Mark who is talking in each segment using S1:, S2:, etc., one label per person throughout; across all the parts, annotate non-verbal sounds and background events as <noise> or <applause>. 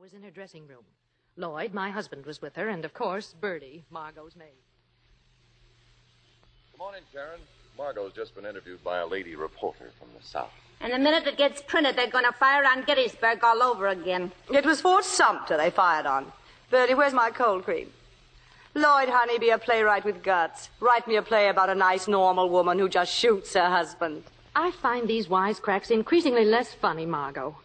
S1: was in her dressing room. Lloyd, my husband, was with her, and of course, Bertie, Margot's maid.
S2: Good morning, Sharon. Margot's just been interviewed by a lady reporter from the South.
S3: And the minute it gets printed, they're going to fire on Gettysburg all over again.
S4: It was Fort Sumter they fired on. Bertie, where's my cold cream? Lloyd, honey, be a playwright with guts. Write me a play about a nice, normal woman who just shoots her husband.
S1: I find these wisecracks increasingly less funny, Margot.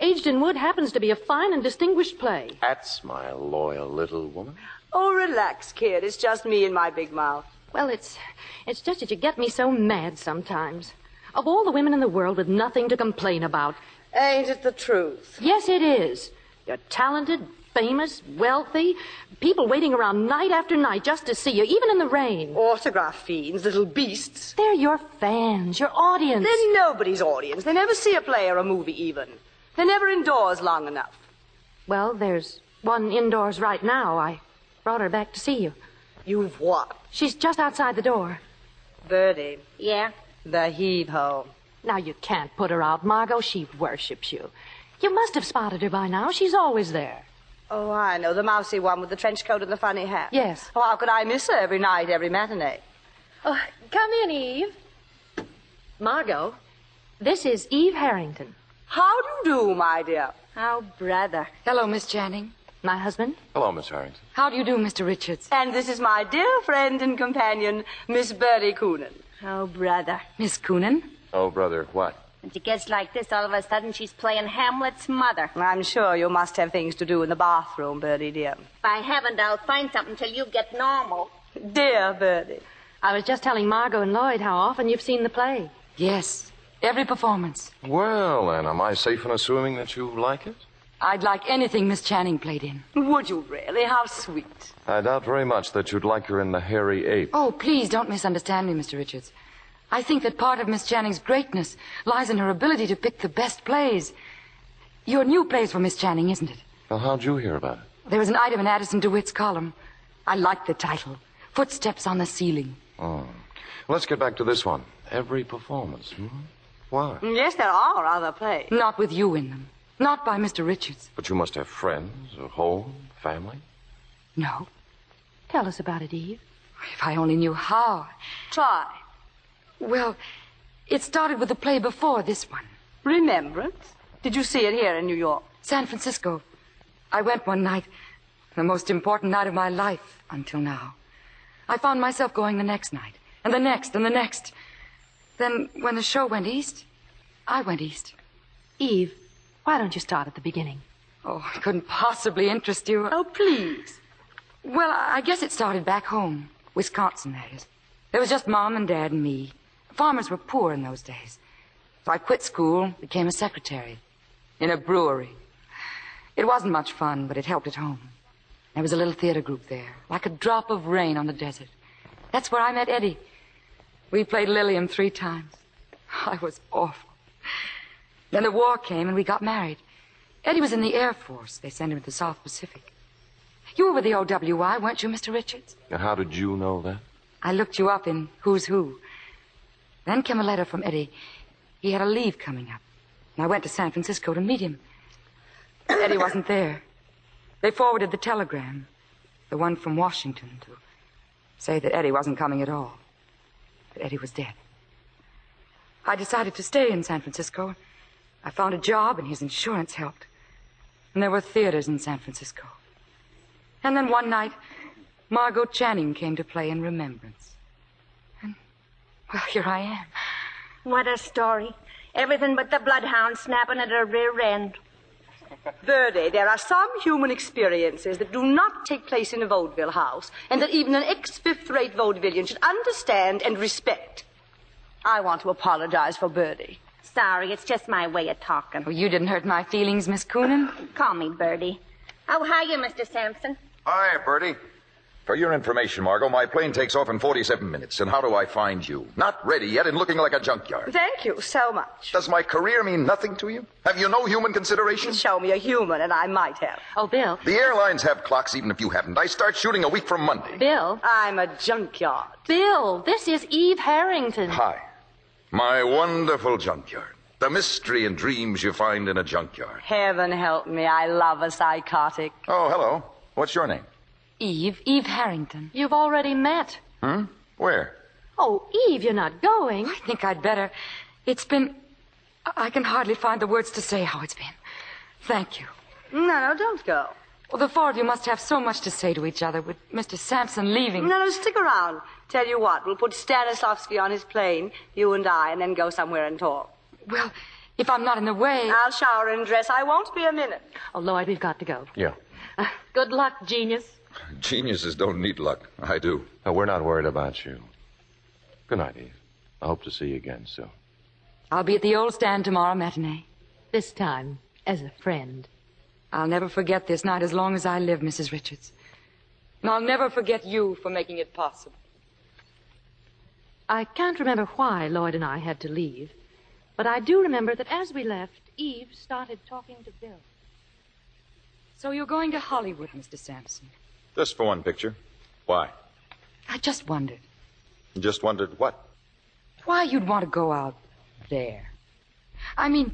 S1: Aged in Wood happens to be a fine and distinguished play.
S2: That's my loyal little woman.
S4: Oh, relax, kid. It's just me and my big mouth.
S1: Well, it's it's just that you get me so mad sometimes. Of all the women in the world with nothing to complain about.
S4: Ain't it the truth?
S1: Yes, it is. You're talented, famous, wealthy, people waiting around night after night just to see you, even in the rain.
S4: Autograph fiends, little beasts.
S1: They're your fans, your audience.
S4: They're nobody's audience. They never see a play or a movie, even. They're never indoors long enough.
S1: Well, there's one indoors right now. I brought her back to see you.
S4: You've what?
S1: She's just outside the door.
S4: Bertie,
S3: Yeah?
S4: the heave ho.
S1: Now, you can't put her out, Margot. She worships you. You must have spotted her by now. She's always there.
S4: Oh, I know. The mousy one with the trench coat and the funny hat.
S1: Yes.
S4: Oh, how could I miss her every night, every matinee?
S5: Oh, come in, Eve.
S1: Margot, this is Eve Harrington.
S4: How do you do, my dear?
S3: Oh, brother.
S5: Hello, Miss Channing.
S1: My husband?
S2: Hello, Miss Harrington.
S5: How do you do, Mr. Richards?
S4: And this is my dear friend and companion, Miss Bertie Coonan.
S3: Oh, brother.
S5: Miss Coonan?
S2: Oh, brother, what?
S3: And she gets like this, all of a sudden she's playing Hamlet's mother.
S4: I'm sure you must have things to do in the bathroom, Bertie, dear.
S3: If I haven't, I'll find something till you get normal.
S4: Dear Bertie.
S1: I was just telling Margot and Lloyd how often you've seen the play.
S5: Yes. Every performance.
S2: Well, then, am I safe in assuming that you like it?
S5: I'd like anything Miss Channing played in.
S4: Would you really? How sweet.
S2: I doubt very much that you'd like her in The Hairy Ape.
S5: Oh, please don't misunderstand me, Mr. Richards. I think that part of Miss Channing's greatness lies in her ability to pick the best plays. Your new plays for Miss Channing, isn't it?
S2: Well, how'd you hear about it?
S5: There was an item in Addison DeWitt's column. I like the title Footsteps on the Ceiling.
S2: Oh. Let's get back to this one. Every performance. Hmm? Why?
S4: Yes, there are other plays.
S5: Not with you in them. Not by Mr. Richards.
S2: But you must have friends, a home, family.
S5: No.
S1: Tell us about it, Eve.
S5: If I only knew how.
S4: Try.
S5: Well, it started with the play before this one.
S4: Remembrance? Did you see it here in New York?
S5: San Francisco. I went one night, the most important night of my life until now. I found myself going the next night, and the next, and the next. Then, when the show went east, I went east.
S1: Eve, why don't you start at the beginning?
S5: Oh, I couldn't possibly interest you.
S4: Oh, please.
S5: Well, I I guess it started back home, Wisconsin, that is. There was just Mom and Dad and me. Farmers were poor in those days. So I quit school, became a secretary in a brewery. It wasn't much fun, but it helped at home. There was a little theater group there, like a drop of rain on the desert. That's where I met Eddie. We played Lilium three times. <laughs> I was awful. Then the war came and we got married. Eddie was in the Air Force. They sent him to the South Pacific. You were with the OWI, weren't you, Mr. Richards?
S2: And how did you know that?
S5: I looked you up in Who's Who. Then came a letter from Eddie. He had a leave coming up. And I went to San Francisco to meet him. Eddie wasn't there. They forwarded the telegram, the one from Washington, to say that Eddie wasn't coming at all. That Eddie was dead. I decided to stay in San Francisco. I found a job and his insurance helped. And there were theaters in San Francisco. And then one night, Margot Channing came to play in Remembrance. And, well, here I am.
S3: What a story. Everything but the bloodhound snapping at her rear end.
S4: Bertie, there are some human experiences that do not take place in a vaudeville house, and that even an ex fifth rate vaudevillian should understand and respect. I want to apologize for Bertie.
S3: Sorry, it's just my way of talking.
S5: Oh, you didn't hurt my feelings, Miss Coonan.
S3: Call me Birdie. Oh, hiya, Mr. Sampson.
S6: Hi, Bertie. For your information, Margot, my plane takes off in 47 minutes. And how do I find you? Not ready yet and looking like a junkyard.
S4: Thank you so much.
S6: Does my career mean nothing to you? Have you no human consideration?
S4: Show me a human, and I might have.
S1: Oh, Bill.
S6: The airlines have clocks even if you haven't. I start shooting a week from Monday.
S1: Bill.
S4: I'm a junkyard.
S1: Bill, this is Eve Harrington.
S6: Hi. My wonderful junkyard. The mystery and dreams you find in a junkyard.
S4: Heaven help me, I love a psychotic.
S6: Oh, hello. What's your name?
S5: Eve, Eve Harrington.
S1: You've already met.
S6: Hmm? Where?
S1: Oh, Eve, you're not going.
S5: I think I'd better. It's been. I- I can hardly find the words to say how it's been. Thank you.
S4: No, no, don't go.
S5: Well, the four of you must have so much to say to each other with Mr. Sampson leaving.
S4: No, no, stick around. Tell you what, we'll put Stanislavski on his plane, you and I, and then go somewhere and talk.
S5: Well, if I'm not in the way.
S4: I'll shower and dress. I won't be a minute.
S1: Oh, Lloyd, we've got to go.
S2: Yeah.
S1: Uh, good luck, genius.
S6: Geniuses don't need luck. I do.
S2: No, we're not worried about you. Good night, Eve. I hope to see you again soon.
S5: I'll be at the old stand tomorrow matinee.
S1: This time, as a friend.
S5: I'll never forget this night as long as I live, Mrs. Richards. And I'll never forget you for making it possible.
S1: I can't remember why Lloyd and I had to leave, but I do remember that as we left, Eve started talking to Bill.
S5: So you're going to Hollywood, Mr. Sampson.
S6: Just for one picture. Why?
S5: I just wondered
S6: Just wondered what?
S5: why you'd want to go out there. I mean,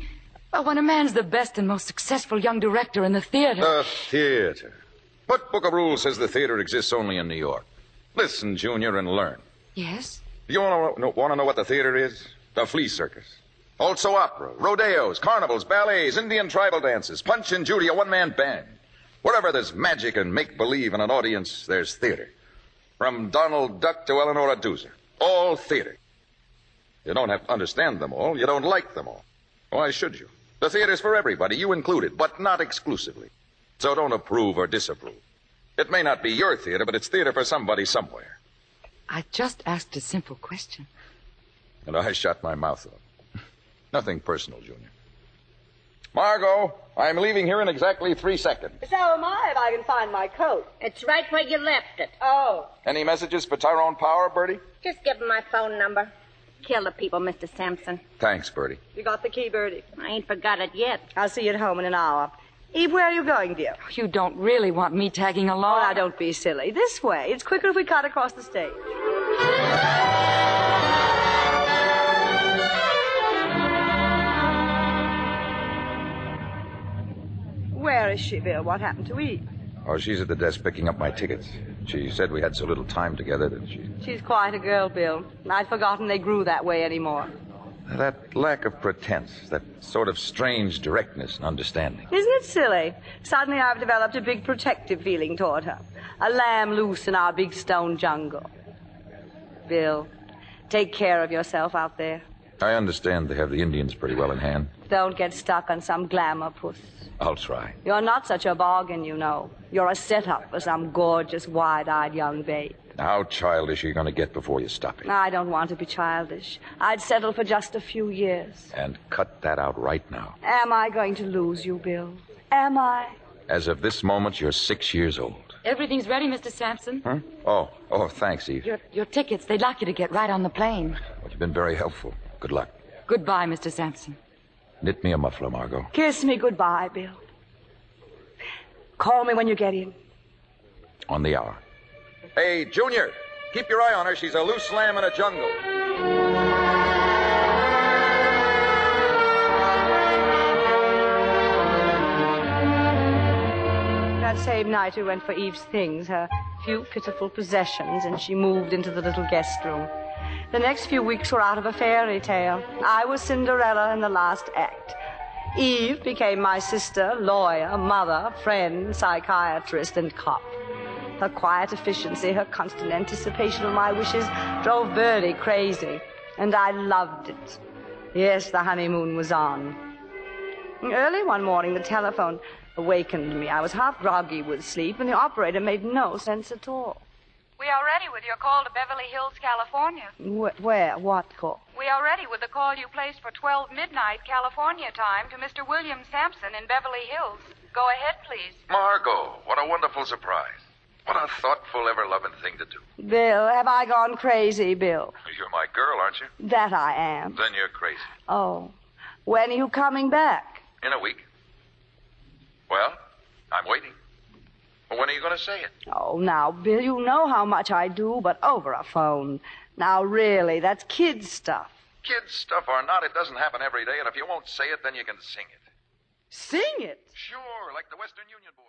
S5: uh, when a man's the best and most successful young director in the theater.
S6: The theater. What book of rules says the theater exists only in New York? Listen, Junior, and learn.
S5: yes?
S6: Do you want to know, want to know what the theater is? The flea circus. Also opera, rodeos, carnivals, ballets, Indian tribal dances, Punch and Judy, a one-man band. Wherever there's magic and make-believe in an audience, there's theater. From Donald Duck to Eleanor Doozer. All theater. You don't have to understand them all. You don't like them all. Why should you? The theater's for everybody, you included, but not exclusively. So don't approve or disapprove. It may not be your theater, but it's theater for somebody somewhere.
S5: I just asked a simple question.
S6: And I shut my mouth up. Nothing personal, Junior. Margot, I'm leaving here in exactly three seconds.
S4: So am I, if I can find my coat.
S3: It's right where you left it.
S4: Oh.
S6: Any messages for Tyrone Power, Bertie?
S3: Just give him my phone number. Kill the people, Mr. Sampson.
S6: Thanks, Bertie.
S4: You got the key, Bertie.
S3: I ain't forgot it yet.
S4: I'll see you at home in an hour. Eve, where are you going, dear?
S5: You don't really want me tagging
S4: Oh,
S5: along.
S4: now don't be silly. This way. It's quicker if we cut across the stage. Where is she, Bill? What happened to Eve?
S6: Oh, she's at the desk picking up my tickets. She said we had so little time together that she.
S4: She's quite a girl, Bill. I'd forgotten they grew that way anymore.
S6: That lack of pretense, that sort of strange directness and understanding.
S4: Isn't it silly? Suddenly I've developed a big protective feeling toward her. A lamb loose in our big stone jungle. Bill, take care of yourself out there.
S6: I understand they have the Indians pretty well in hand.
S4: Don't get stuck on some glamour puss.
S6: I'll try.
S4: You're not such a bargain, you know. You're a setup for some gorgeous, wide-eyed young babe.
S6: How childish are you going to get before you stop it?
S4: I don't want to be childish. I'd settle for just a few years.
S6: And cut that out right now.
S4: Am I going to lose you, Bill? Am I?
S6: As of this moment, you're six years old.
S5: Everything's ready, Mr. Sampson.
S6: Huh? Oh, oh, thanks, Eve.
S5: Your, your tickets, they'd like you to get right on the plane.
S6: Well, You've been very helpful. Good luck.
S5: Goodbye, Mr. Sampson.
S6: Knit me a muffler, Margot.
S4: Kiss me goodbye, Bill. Call me when you get in.
S6: On the hour. Hey, Junior, keep your eye on her. She's a loose lamb in a jungle.
S4: That same night we went for Eve's things, her few pitiful possessions, and she moved into the little guest room. The next few weeks were out of a fairy tale. I was Cinderella in the last act. Eve became my sister, lawyer, mother, friend, psychiatrist, and cop. Her quiet efficiency, her constant anticipation of my wishes drove Birdie crazy, and I loved it. Yes, the honeymoon was on. Mm. Early one morning, the telephone awakened me. I was half groggy with sleep, and the operator made no sense at all.
S7: We are ready with your call to Beverly Hills, California.
S4: Wh- where? What call?
S7: We are ready with the call you placed for 12 midnight California time to Mr. William Sampson in Beverly Hills. Go ahead, please.
S6: Margot, what a wonderful surprise. What a thoughtful, ever loving thing to do.
S4: Bill, have I gone crazy, Bill?
S6: You're my girl, aren't you?
S4: That I am.
S6: Then you're crazy.
S4: Oh. When are you coming back?
S6: In a week. Well, I'm waiting. When are you going to say it?
S4: Oh, now, Bill, you know how much I do, but over a phone. Now, really, that's kid stuff.
S6: Kid stuff or not, it doesn't happen every day, and if you won't say it, then you can sing it.
S4: Sing it.
S6: Sure, like the Western Union boys.